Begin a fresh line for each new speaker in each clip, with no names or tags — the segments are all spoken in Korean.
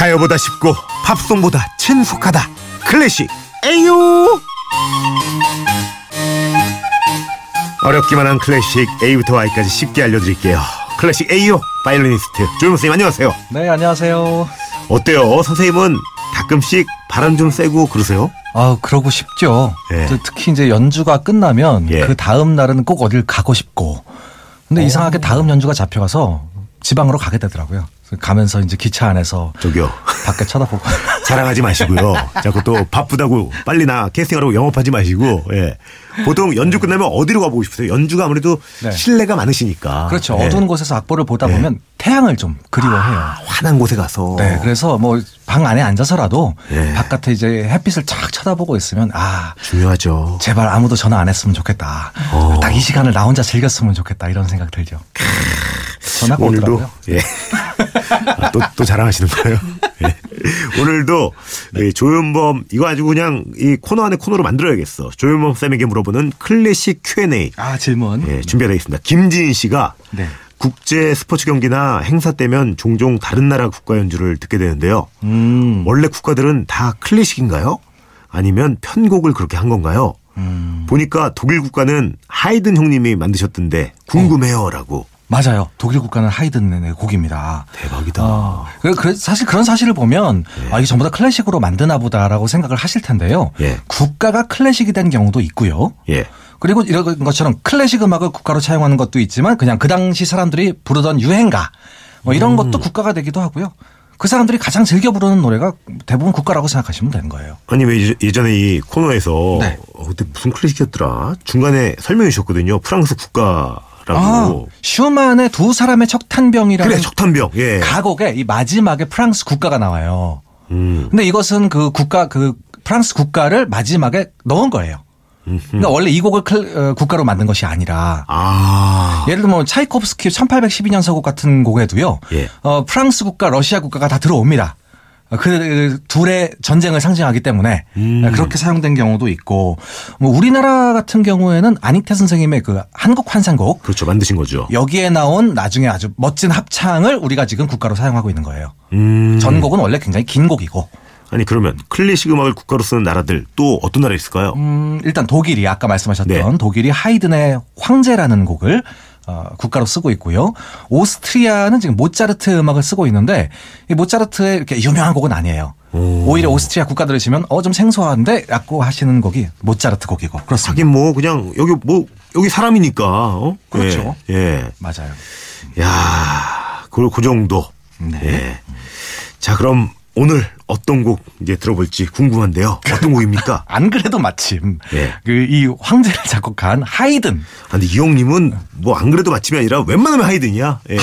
노래보다 쉽고 팝송보다 친숙하다 클래식 에유 어렵기만 한 클래식 A부터 Y까지 쉽게 알려드릴게요 클래식 A요 바이올리니스트 조용 선생님 안녕하세요
네, 안녕하세요.
어때요 선생님은 가끔씩 바람 좀 쐬고 그러세요?
아, 그러고 싶죠.
예.
저 특히 이제 연주가 끝나면
예. 어.
그 다음 날은 꼭 어딜 가고 싶고. 근데 이상하게 다음 연주가 잡혀가서 지방으로 가게 되더라고요. 그래서 가면서 이제 기차 안에서
저기요
밖에 쳐다보고.
자랑하지 마시고요 자꾸 또 바쁘다고 빨리 나 캐스팅하라고 영업하지 마시고 예. 보통 연주 끝나면 어디로 가보고 싶으세요? 연주가 아무래도
네.
실내가 많으시니까
그렇죠.
예. 아.
어두운 곳에서 악보를 보다 보면 태양을 좀 그리워해요.
환한 곳에 가서
네, 그래서 뭐 방 안에 앉아서라도
어. 예.
바깥에 이제 햇빛을 쫙 쳐다보고 있으면 아
중요하죠.
제발 아무도 전화 안 했으면 좋겠다.
어.
딱 이 시간을 나 혼자 즐겼으면 좋겠다 이런 생각 들죠. 전화가
오늘도
오더라고요. 네.
예. 아, 또, 또 자랑하시는 거예요. 예. 오늘도
네.
이 조윤범 이거 아주 그냥 이 코너 안에 코너로 만들어야겠어. 조윤범 쌤에게 물어보는 클래식 Q&A
아 질문.
예, 준비되어 있습니다. 김지인 씨가
네.
국제 스포츠 경기나 행사 때면 종종 다른 나라 국가 연주를 듣게 되는데요.
음.
원래 국가들은 다 클래식인가요? 아니면 편곡을 그렇게 한 건가요?
음.
보니까 독일 국가는 하이든 형님이 만드셨던데 궁금해요라고.
맞아요. 독일 국가는 하이든의 네, 곡입니다.
대박이다.
어, 그- 그- 사실 그런 사실을 보면 아, 이게 전부 다 클래식으로 만드나 보다라고 생각을 하실 텐데요.
예.
국가가 클래식이 된 경우도 있고요.
예.
그리고 이런 것처럼 클래식 음악을 국가로 차용하는 것도 있지만 그냥 그 당시 사람들이 부르던 유행가 뭐
음.
이런 것도 국가가 되기도 하고요. 그 사람들이 가장 즐겨 부르는 노래가 대부분 국가라고 생각하시면 되는 거예요.
아니 왜 예- 예전에 이 코너에서
네.
어, 그때 무슨 클래식이었더라 중간에 설명해 주셨거든요 프랑스 국가라고
아, 슈만의 두 사람의 척탄병이라는
그래 적탄병 예
가곡에 이 마지막에 프랑스 국가가 나와요.
음.
근데 이것은 그 국가 그 프랑스 국가를 마지막에 넣은 거예요. 그러니까 원래 이 곡을 클- 어, 국가로 만든 것이 아니라
아
예를 들면 뭐 차이콥스키 1812년서곡 같은 곡에도요.
예.
어, 프랑스 국가, 러시아 국가가 다 들어옵니다. 어, 그 둘의 전쟁을 상징하기 때문에
음.
그렇게 사용된 경우도 있고 뭐 우리나라 같은 경우에는 안익태 선생님의 그 한국 환상곡
그렇죠 만드신 거죠
여기에 나온 나중에 아주 멋진 합창을 우리가 지금 국가로 사용하고 있는 거예요.
음.
전곡은 원래 굉장히 긴 곡이고
아니 그러면 클래식 음악을 국가로 쓰는 나라들 또 어떤 나라 있을까요
음, 일단 독일이 아까 말씀하셨던
네.
독일이 하이든의 황제라는 곡을 어, 국가로 쓰고 있고요. 오스트리아는 지금 모차르트 음악을 쓰고 있는데 이 모차르트의 이렇게 유명한 곡은 아니에요.
오.
오히려 오스트리아 국가 들으시면 어 좀 생소한데 라고 하시는 곡이 모차르트 곡이고 그렇습니다.
하긴 뭐 그냥 여기 뭐 여기 사람이니까 어?
그렇죠.
예, 예.
맞아요.
야, 그, 그 정도.
네.
예. 자, 그럼 오늘 어떤 곡 이제 들어볼지 궁금한데요. 어떤 곡입니까?
안 그래도 마침
예.
그 이 황제를 작곡한 하이든
아, 근데 이용님은 뭐 안 그래도 맛집이 아니라 웬만하면 하이든이야. 예.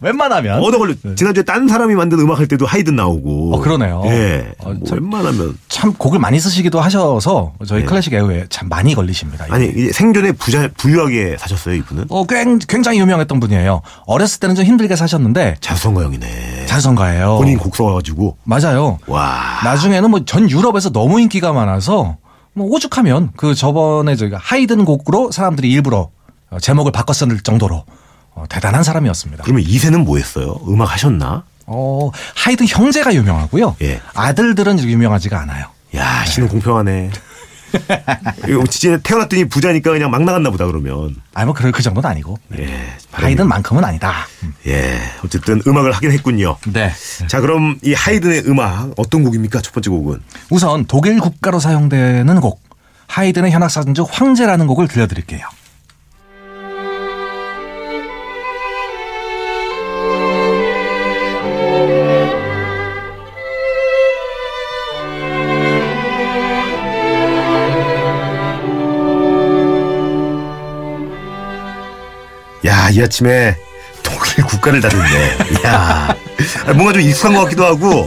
웬만하면
얻어 걸려. 지난주에 딴 사람이 만든 음악 할 때도 하이든 나오고.
네. 어, 그러네요.
예.
어,
뭐
참-
웬만하면.
참 곡을 많이 쓰시기도 하셔서 저희
예.
클래식 애호에 참 많이 걸리십니다.
아니, 이제 생존에 부자, 부유하게 사셨어요, 이분은?
어, 굉- 굉장히 유명했던 분이에요. 어렸을 때는 좀 힘들게 사셨는데
자수성가형이네.
자선가예요.
본인 곡 써가지고.
맞아요.
와.
나중에는 뭐 전 유럽에서 너무 인기가 많아서 뭐 오죽하면 그 저번에 저희가 하이든 곡으로 사람들이 일부러 어, 제목을 바꿨을 정도로 어, 대단한 사람이었습니다.
그러면 이세는 뭐 했어요? 음악 하셨나?
어, 하이든 형제가 유명하고요.
예.
아들들은 유명하지가 않아요.
야, 신은 공평하네. 이거 진짜 태어났더니 부자니까 그냥 막 나갔나 보다 그러면.
아니 뭐 그럴 그 정도는 아니고
예.
하이든만큼은 아니다. 음.
예. 어쨌든 음악을 하긴 했군요.
네.
자, 그럼 이 하이든의 음악 어떤 곡입니까? 첫 번째 곡은.
우선 독일 국가로 사용되는 곡 하이든의 현악사전주 황제라는 곡을 들려드릴게요.
야, 이 아침에 독일 국가를 다루네. 야. 아, 뭔가 좀 익숙한 것 같기도 하고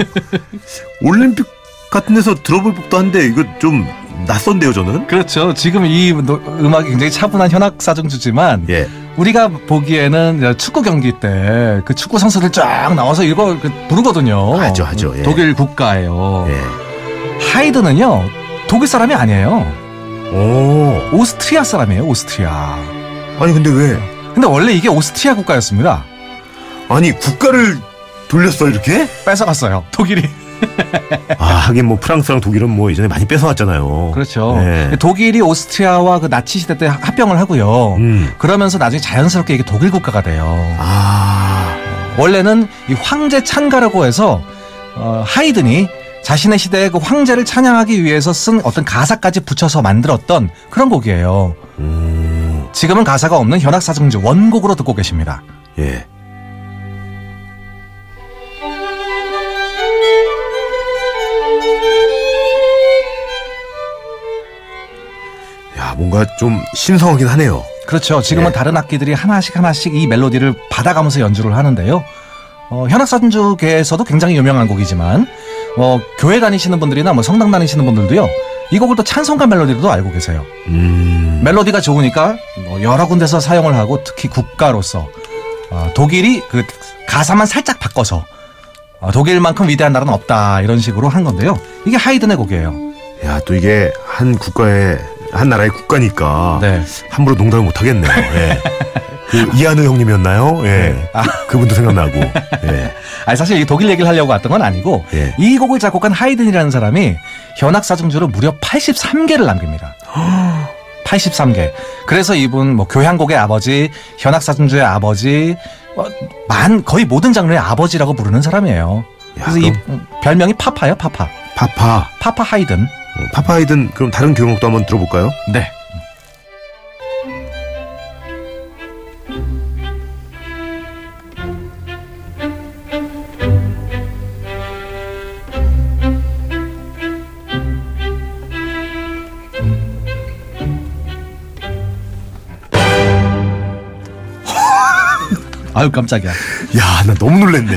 올림픽 같은 데서 들어볼 법도 한데 이거 좀 낯선데요, 저는.
그렇죠. 지금 이 노- 음악이 굉장히 차분한 현악 사정주지만
예.
우리가 보기에는 축구 경기 때 그 축구 선수들 쫙 나와서 이거 그 부르거든요.
하죠, 하죠. 예.
독일 국가예요.
예.
하이든은요 독일 사람이 아니에요.
오.
오스트리아 사람이에요. 오스트리아.
아니 근데 왜
근데 원래 이게 오스트리아 국가였습니다.
아니 국가를 돌렸어 이렇게?
뺏어갔어요. 독일이.
아 하긴 뭐 프랑스랑 독일은 뭐 예전에 많이 뺏어왔잖아요.
그렇죠.
네.
독일이 오스트리아와 그 나치 시대 때 합병을 하고요.
음.
그러면서 나중에 자연스럽게 이게 독일 국가가 돼요.
아
원래는 이 황제 찬가라고 해서 어, 하이든이 자신의 시대의 그 황제를 찬양하기 위해서 쓴 어떤 가사까지 붙여서 만들었던 그런 곡이에요.
음,
지금은 가사가 없는 현악사정주 원곡으로 듣고 계십니다.
예. 야 뭔가 좀 신성하긴 하네요.
그렇죠. 지금은
예.
다른 악기들이 하나씩 하나씩 이 멜로디를 받아가면서 연주를 하는데요. 어, 현악사전주계에서도 굉장히 유명한 곡이지만 어, 교회 다니시는 분들이나 뭐 성당 다니시는 분들도요. 이 곡을 또 찬송가 멜로디로도 알고 계세요.
음.
멜로디가 좋으니까 뭐 여러 군데서 사용을 하고 특히 국가로서 어, 독일이 그 가사만 살짝 바꿔서 어, 독일만큼 위대한 나라는 없다 이런 식으로 한 건데요. 이게 하이든의 곡이에요.
야 또 이게 한 국가의 한 나라의 국가니까
네.
함부로 농담을 못 하겠네요. 예. 그 이한우 형님이었나요? 예. 그분도 생각나고. 예.
아니 사실 이 독일 얘기를 하려고 왔던 건 아니고
예.
이 곡을 작곡한 하이든이라는 사람이 현악사정주를 무려 83개를 남깁니다. 83개. 그래서 이분 뭐 교향곡의 아버지, 현악사정주의 아버지, 어, 만 거의 모든 장르의 아버지라고 부르는 사람이에요.
야,
그래서 이 음, 별명이 파파예요, 파파.
파파.
파파 하이든.
어, 파파이든 그럼 다른 교향곡도 한번 들어볼까요?
네. 아유 깜짝이야.
야, 나 너무 놀랬네.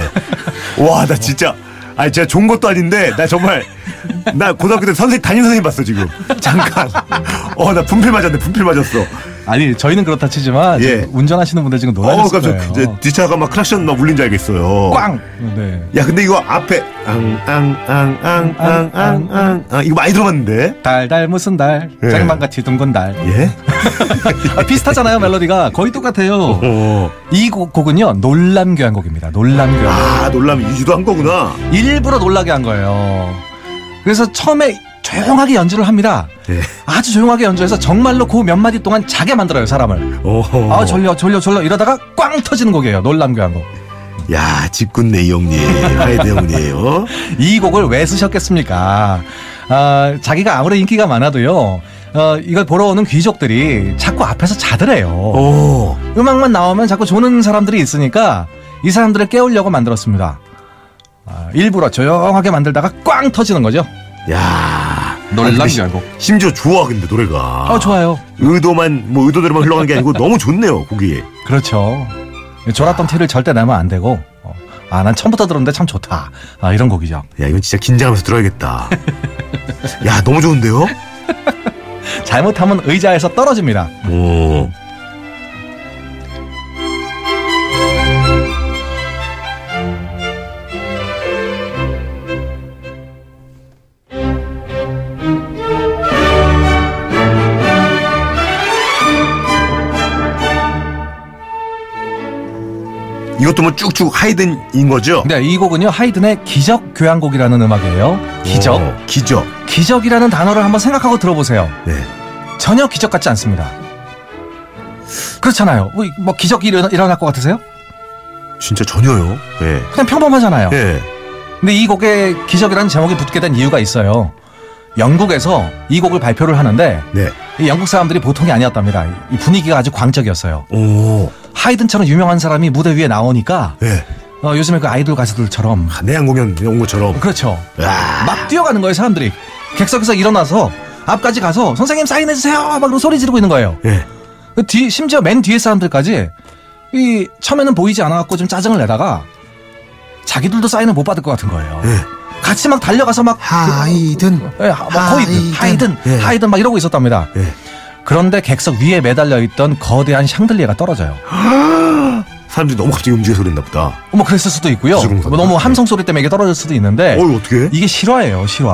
와, 나
어.
진짜. 아니, 진짜 좋은 것도 아닌데, 나 정말. 나 고등학교 때 선생님, 담임 선생님 봤어, 지금. 잠깐. 어, 나 분필 맞았네, 분필 맞았어.
아니 저희는 그렇다 치지만
예.
지금 뭐 운전하시는 분들 지금
어,
놀라셨을
깜짝
거예요.
이제 뒷차가 막 크락션 막 울린 줄 알겠어요.
꽝. 네.
야, 근데 이거 앞에. 앙, 앙, 앙, 앙, 앙, 앙, 앙. 아, 이거 많이 들어봤는데.
달달 무슨 달
예.
장만같이 둥근 달
예?
아, 비슷하잖아요 멜로디가 거의 똑같아요
어.
이 곡, 곡은요 놀람 교향곡입니다 놀람 교향곡
아, 놀라면 유도한 거구나.
일부러 놀라게 한 거예요 그래서 처음에 조용하게 연주를 합니다
예.
아주 조용하게 연주해서 정말로 그 몇 마디 동안 자게 만들어요 사람을
오호.
아 졸려 졸려 졸려 이러다가 꽝 터지는 곡이에요 놀람 교향곡
야, 집군네 이 형님. 하이드 형님. 어?
이 곡을 왜 쓰셨겠습니까? 아, 자기가 아무리 인기가 많아도요. 어, 이걸 보러 오는 귀족들이 자꾸 앞에서 자더래요. 어.
오.
음악만 나오면 자꾸 조는 사람들이 있으니까 이 사람들을 깨우려고 만들었습니다. 아, 일부러 조용하게 만들다가 꽝 터지는 거죠.
야. 아니, 근데
알고.
심지어 좋아 근데 노래가.
어, 좋아요.
의도만 뭐 의도대로만 흘러가는 게 아니고 너무 좋네요 곡이.
그렇죠. 졸았던 티를 절대 내면 안 되고, 어, 아, 난 처음부터 들었는데 참 좋다. 아, 이런 곡이죠.
야 이건 진짜 긴장하면서 들어야겠다. 야 너무 좋은데요?
잘못하면 의자에서 떨어집니다.
오. 이것도 뭐 쭉쭉 하이든인 거죠?
근데 네, 이 곡은요, 하이든의 기적 교향곡이라는 음악이에요. 네. 기적.
오, 어, 기적.
기적이라는 단어를 한번 생각하고 들어보세요.
네.
전혀 기적 같지 않습니다. 그렇잖아요. 뭐, 뭐 기적이 일어나, 일어날 것 같으세요?
진짜 전혀요. 예.
그냥 평범하잖아요.
예.
근데 이 곡에 기적이라는 제목이 붙게 된 이유가 있어요. 영국에서 이 곡을 발표를 하는데
네.
이 영국 사람들이 보통이 아니었답니다. 이 분위기가 아주 광적이었어요.
오.
하이든처럼 유명한 사람이 무대 위에 나오니까
예.
어, 요즘에 그 아이돌 가수들처럼
내한 공연 온 것처럼.
그렇죠.
아.
막 뛰어가는 거예요 사람들이. 객석에서 일어나서 앞까지 가서 선생님 사인해 주세요 막 이러고 소리 지르고 있는 거예요.
예.
그 뒤, 심지어 맨 뒤에 사람들까지 이 처음에는 보이지 않아갖고 좀 짜증을 내다가 자기들도 사인을 못 받을 것 같은 거예요. 같이 막 달려가서 막그
하이든.
예, 하- 막 거의
하이든.
하이든 하이든,
예.
막 이러고 있었답니다.
예.
그런데 객석 위에 매달려 있던 거대한 샹들리에가 떨어져요.
사람들이 너무 갑자기 움직여서 그랬나 보다.
뭐 그랬을 수도 있고요.
수중사다.
뭐 너무 함성 소리 때문에 이게 떨어질 수도 있는데
어이 어떻게?
이게 실화예요, 실화.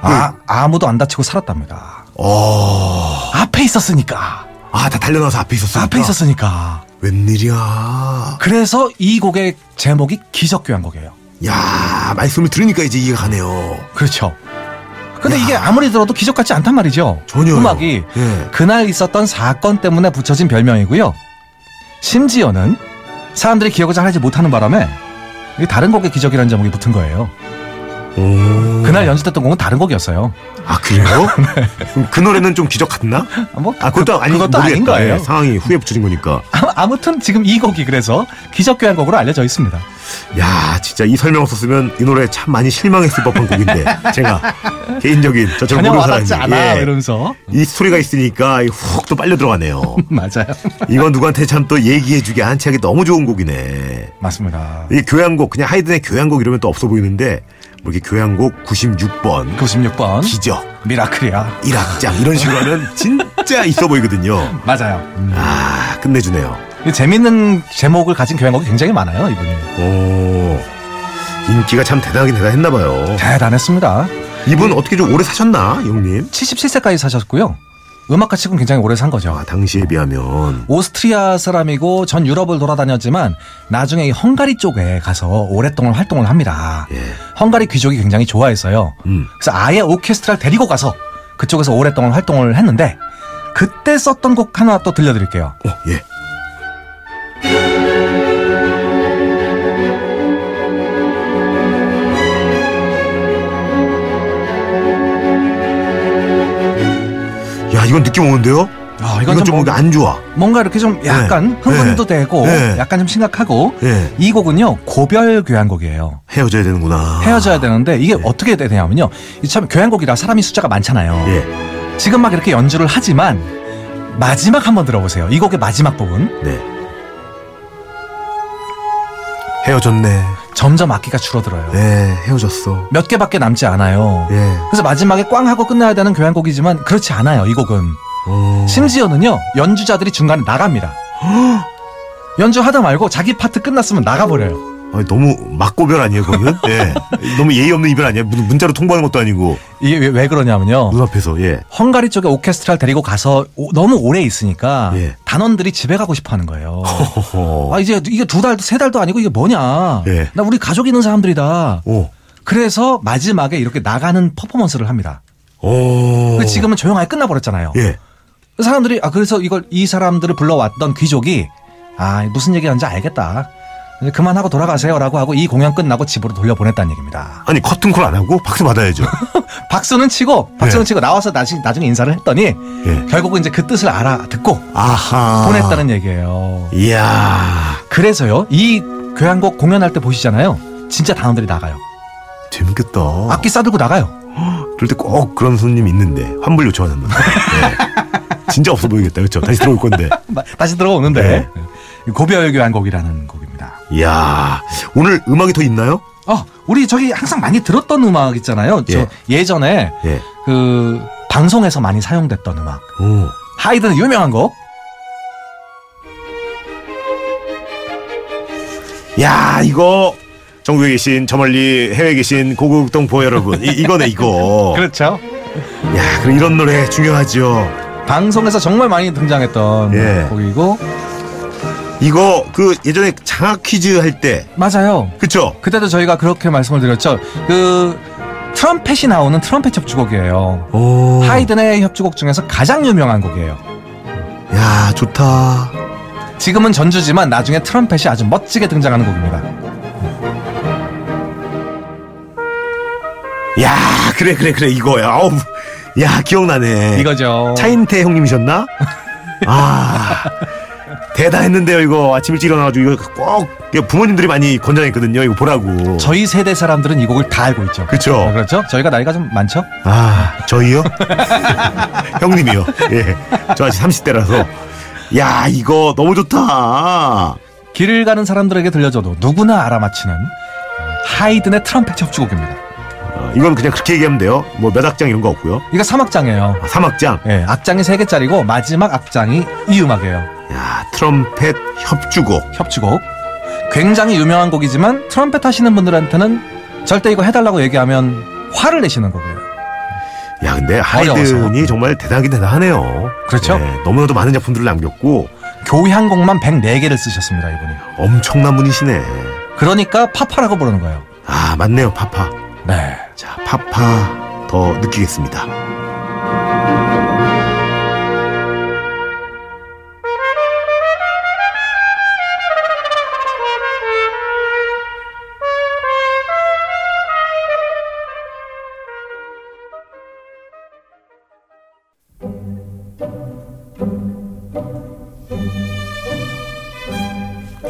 아, 아무도 안 다치고 살았답니다.
어.
앞에 있었으니까.
아, 다 달려나와서 앞에 있었어.
앞에 있었으니까.
웬일이야.
그래서 이 곡의 제목이 기적교향곡이에요.
야 말씀을 들으니까 이제 이해가 가네요.
그렇죠. 근데 이게 아무리 들어도 기적 같지 않단 말이죠.
전혀요.
음악이
예.
그날 있었던 사건 때문에 붙여진 별명이고요. 심지어는 사람들이 기억을 잘 하지 못하는 바람에 이게 다른 곡의 기적이라는 제목이 붙은 거예요.
오.
그날 연주됐던 곡은 다른 곡이었어요.
아 그래요? 그럼 그 노래는 좀 기적 같나?
아, 뭐
아 그것도 아니
그것도 아닌
모르겠다.
거예요.
예, 상황이 후에 붙여진 거니까.
아무- 아무튼 지금 이 곡이 그래서 기적교향곡으로 알려져 있습니다.
야 진짜 이 설명 없었으면 이 노래 참 많이 실망했을 법한 곡인데 제가 개인적인 저처럼
전혀
모르는
와닿지
사람이
않아
예,
이러면서
이 스토리가 있으니까 훅 또 빨려 들어가네요.
맞아요.
이건 누구한테 참 또 얘기해주기 한치하기 너무 좋은 곡이네.
맞습니다.
이 교향곡 그냥 하이든의 교향곡 이러면 또 없어 보이는데 뭐 이렇게 교향곡 96번
96번
기적
미라클이야.
1악장 이런 식으로 하면 진짜 있어 보이거든요.
맞아요. 음.
아 끝내주네요.
이 재밌는 제목을 가진 교향곡이 굉장히 많아요 이분이.
오 인기가 참 대단하긴 대단했나 봐요.
대단했습니다.
이분 어떻게 좀 오래 사셨나 형님?
77세까지 사셨고요. 음악가 치고는 굉장히 오래 산 거죠.
아 당시에 비하면
오스트리아 사람이고 전 유럽을 돌아다녔지만 나중에 이 헝가리 쪽에 가서 오랫동안 활동을 합니다.
예.
헝가리 귀족이 굉장히 좋아했어요.
음.
그래서 아예 오케스트라를 데리고 가서 그쪽에서 오랫동안 활동을 했는데 그때 썼던 곡 하나 또 들려드릴게요.
어, 예. 야, 이건 느낌 오는데요?
아,
이건 좀 뭔가 안 좋아.
뭔가 이렇게 좀 약간
네.
흥분도
네.
되고
네.
약간 좀 심각하고
예.
이 곡은요 고별 교향곡이에요.
헤어져야 되는구나.
헤어져야 되는데
예.
이게 어떻게 되냐면요 이참 교향곡이라 사람이 숫자가 많잖아요.
예.
지금 막 이렇게 연주를 하지만 마지막 한번 들어보세요. 이 곡의 마지막 부분
네. 헤어졌네.
점점 악기가 줄어들어요.
예, 헤어졌어.
몇 개밖에 남지 않아요.
예.
그래서 마지막에 꽝 하고 끝나야 되는 교향곡이지만 그렇지 않아요. 이 곡은
어.
심지어는요 연주자들이 중간에 나갑니다. 연주하다 말고 자기 파트 끝났으면 나가버려요.
아니, 너무 막고별 아니에요, 그거는? 예. 너무 예의 없는 이별 아니에요? 문- 문자로 통보하는 것도 아니고
이게 왜, 왜 그러냐면요.
눈앞에서 예.
헝가리 쪽에 오케스트라를 데리고 가서 오- 너무 오래 있으니까
예.
단원들이 집에 가고 싶어 하는 거예요.
허허.
아, 이제 이게 두 달, 세 달도 아니고 이게 뭐냐.
예.
나 우리 가족 있는 사람들이다.
오.
그래서 마지막에 이렇게 나가는 퍼포먼스를 합니다.
오.
근데 그 지금은 조용하게 끝나버렸잖아요.
예.
사람들이, 아, 그래서 이걸, 이 사람들을 불러왔던 귀족이, 아, 무슨 얘기하는지 알겠다. 이제 그만하고 돌아가세요. 라고 하고 이 공연 끝나고 집으로 돌려보냈다는 얘기입니다.
아니 커튼콜 안 하고 박수 받아야죠.
박수는 치고, 박수는
예.
치고 나와서 나중, 나중에 인사를 했더니,
예.
결국은 이제 그 뜻을 알아듣고
아하.
보냈다는 얘기예요.
이야.
그래서요, 이 교향곡 공연할 때 보시잖아요. 진짜 단원들이 나가요.
재밌겠다.
악기 싸들고 나가요.
그럴 때 꼭 그런 손님 있는데 환불 요청한다. 예. 진짜 없어 보이겠다. 그렇죠? 다시 들어올 건데.
마- 다시
네.
들어오는데 고별 교향곡이라는 곡입니다.
이야. 오늘 음악이 더 있나요?
어, 우리 저기 항상 많이 들었던 음악 있잖아요. 저
예.
예전에
예.
그 방송에서 많이 사용됐던 음악.
오.
하이든 유명한 곡.
야, 이거 전국에 계신 저 멀리 해외에 계신 고국 동포 여러분. 이, 이거네 이거.
그렇죠.
야, 그럼 이런 노래 중요하죠.
방송에서 정말 많이 등장했던
예.
곡이고
이거 그 예전에 장학 퀴즈 할 때
맞아요.
그쵸?
그때도 저희가 그렇게 말씀을 드렸죠. 그 트럼펫이 나오는 트럼펫 협주곡이에요.
오.
하이든의 협주곡 중에서 가장 유명한 곡이에요.
야 좋다.
지금은 전주지만 나중에 트럼펫이 아주 멋지게 등장하는 곡입니다.
야 그래 그래 그래 이거야. 아우 야 기억나네.
이거죠.
예. 차인태 형님이셨나? 아 대단했는데요 이거 아침 일찍 일어나가지고 이거 꼭 이거 부모님들이 많이 권장했거든요 이거 보라고.
저희 세대 사람들은 이 곡을 다 알고 있죠.
그쵸?
아, 그렇죠? 저희가 나이가 좀 많죠?
아 저희요? 형님이요. 예. 저 아직 30대라서. 야 이거 너무 어, 좋다.
길을 가는 사람들에게 들려줘도 누구나 알아맞히는 어, 하이든의 트럼펫 협주곡입니다.
어, 이건 그냥 그렇게 얘기하면 돼요. 뭐 몇 악장 이런 거 없고요.
이거 3악장이에요.
아, 3악장.
예, 악장이 3개짜리고 마지막 악장이 이 음악이에요.
야 트럼펫 협주곡.
협주곡. 굉장히 유명한 곡이지만 트럼펫 하시는 분들한테는 절대 이거 해달라고 얘기하면 화를 내시는 곡이에요.
야 근데
어려워서.
하이든이 정말 대단하긴 대단하네요.
그렇죠?
너무나도 많은 작품들을 남겼고
교향곡만 104개를 쓰셨습니다, 이분이.
엄청난 분이시네.
그러니까 파파라고 부르는 거예요.
아, 맞네요. 파파.
네.
자, 파파 더 느끼겠습니다.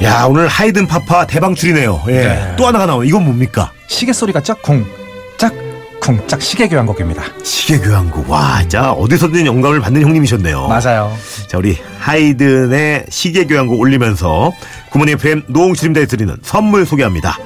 야, 오늘 하이든 파파 대방출이네요. 예.
네.
또 하나가 나오네. 이건 뭡니까?
시계 소리가 짝쿵, 짝쿵, 짝 시계 교향곡입니다.
시계 교향곡 와 진짜 어디서든 영감을 받는 형님이셨네요
맞아요.
자 우리 하이든의 시계 교향곡 올리면서 구몬 FM 노홍철입니다 드리는 선물 소개합니다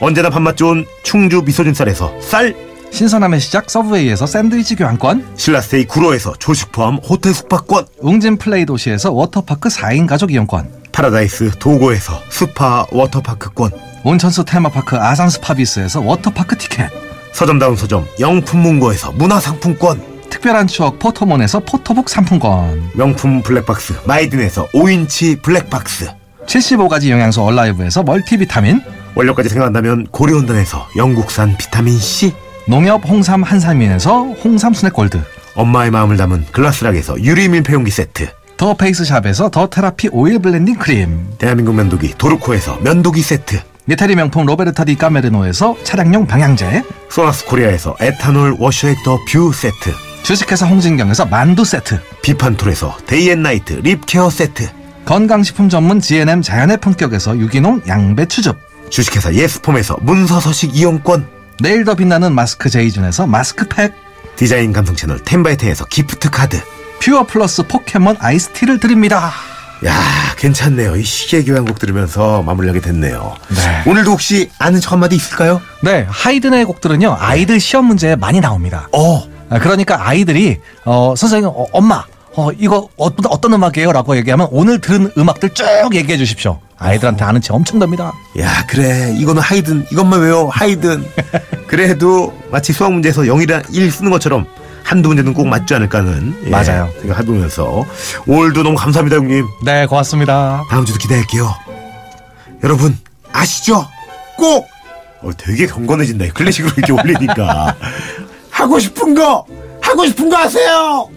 언제나 밥맛 좋은 충주 미소진 쌀에서 쌀
신선함의 시작 서브웨이에서 샌드위치 교환권,
신라스테이 구로에서 조식 포함 호텔 숙박권
웅진 플레이 도시에서 워터파크 4인 가족 이용권,
파라다이스 도고에서 스파 워터파크권
온천수 테마파크 아산 스파비스에서 워터파크 티켓,
서점다운 서점 영품문고에서 문화상품권
특별한 추억 포토몬에서 포토북 상품권,
명품 블랙박스 마이딘에서 5인치 블랙박스
75가지 영양소 얼라이브에서 멀티비타민,
원료까지 생각한다면 고려온단에서 영국산 비타민C
농협 홍삼 한삼인에서 홍삼 스낵 골드,
엄마의 마음을 담은 글라스락에서 유리 밀폐용기 세트
더 페이스샵에서 더 테라피 오일 블렌딩 크림,
대한민국 면도기 도르코에서 면도기 세트
이태리 명품 로베르타 디 까메르노에서 차량용 방향제,
소나스 코리아에서 에탄올 워셔액터 뷰 세트
주식회사 홍진경에서 만두 세트,
비판톨에서 데이앤나이트 립케어 세트
건강식품 전문 GNM 자연의 품격에서 유기농 양배 추즙,
주식회사 예스폼에서 문서서식 이용권
내일 더 빛나는 마스크 제이준에서 마스크팩,
디자인 감성 채널 텐바이트에서 기프트 카드
퓨어 플러스 포켓몬 아이스티를 드립니다.
야 괜찮네요 이 시계 교향곡 들으면서 마무리하게 됐네요
네.
오늘도 혹시 아는 척 한마디 있을까요?
네, 하이든의 곡들은요, 아이들 시험 문제에 많이 나옵니다.
어
아, 그러니까 아이들이, 어, 선생님, 어, 엄마, 어, 이거 어떤, 어떤 음악이에요? 라고 얘기하면 오늘 들은 음악들 쭉 얘기해 주십시오. 아이들한테 아는 체 엄청 됩니다.
야 그래 이거는 하이든 이것만 외워 하이든 그래도 마치 수학 문제에서 0이랑 1 쓰는 것처럼 한두 문제는 꼭 맞지 않을까 하는 예,
맞아요.
생각해보면서 오늘도 너무 감사합니다 형님
네, 고맙습니다.
다음 주도 기대할게요 여러분 아시죠 꼭 어, 되게 경건해진다 클래식으로 이렇게 올리니까 하고 싶은 거 하고 싶은 거 하세요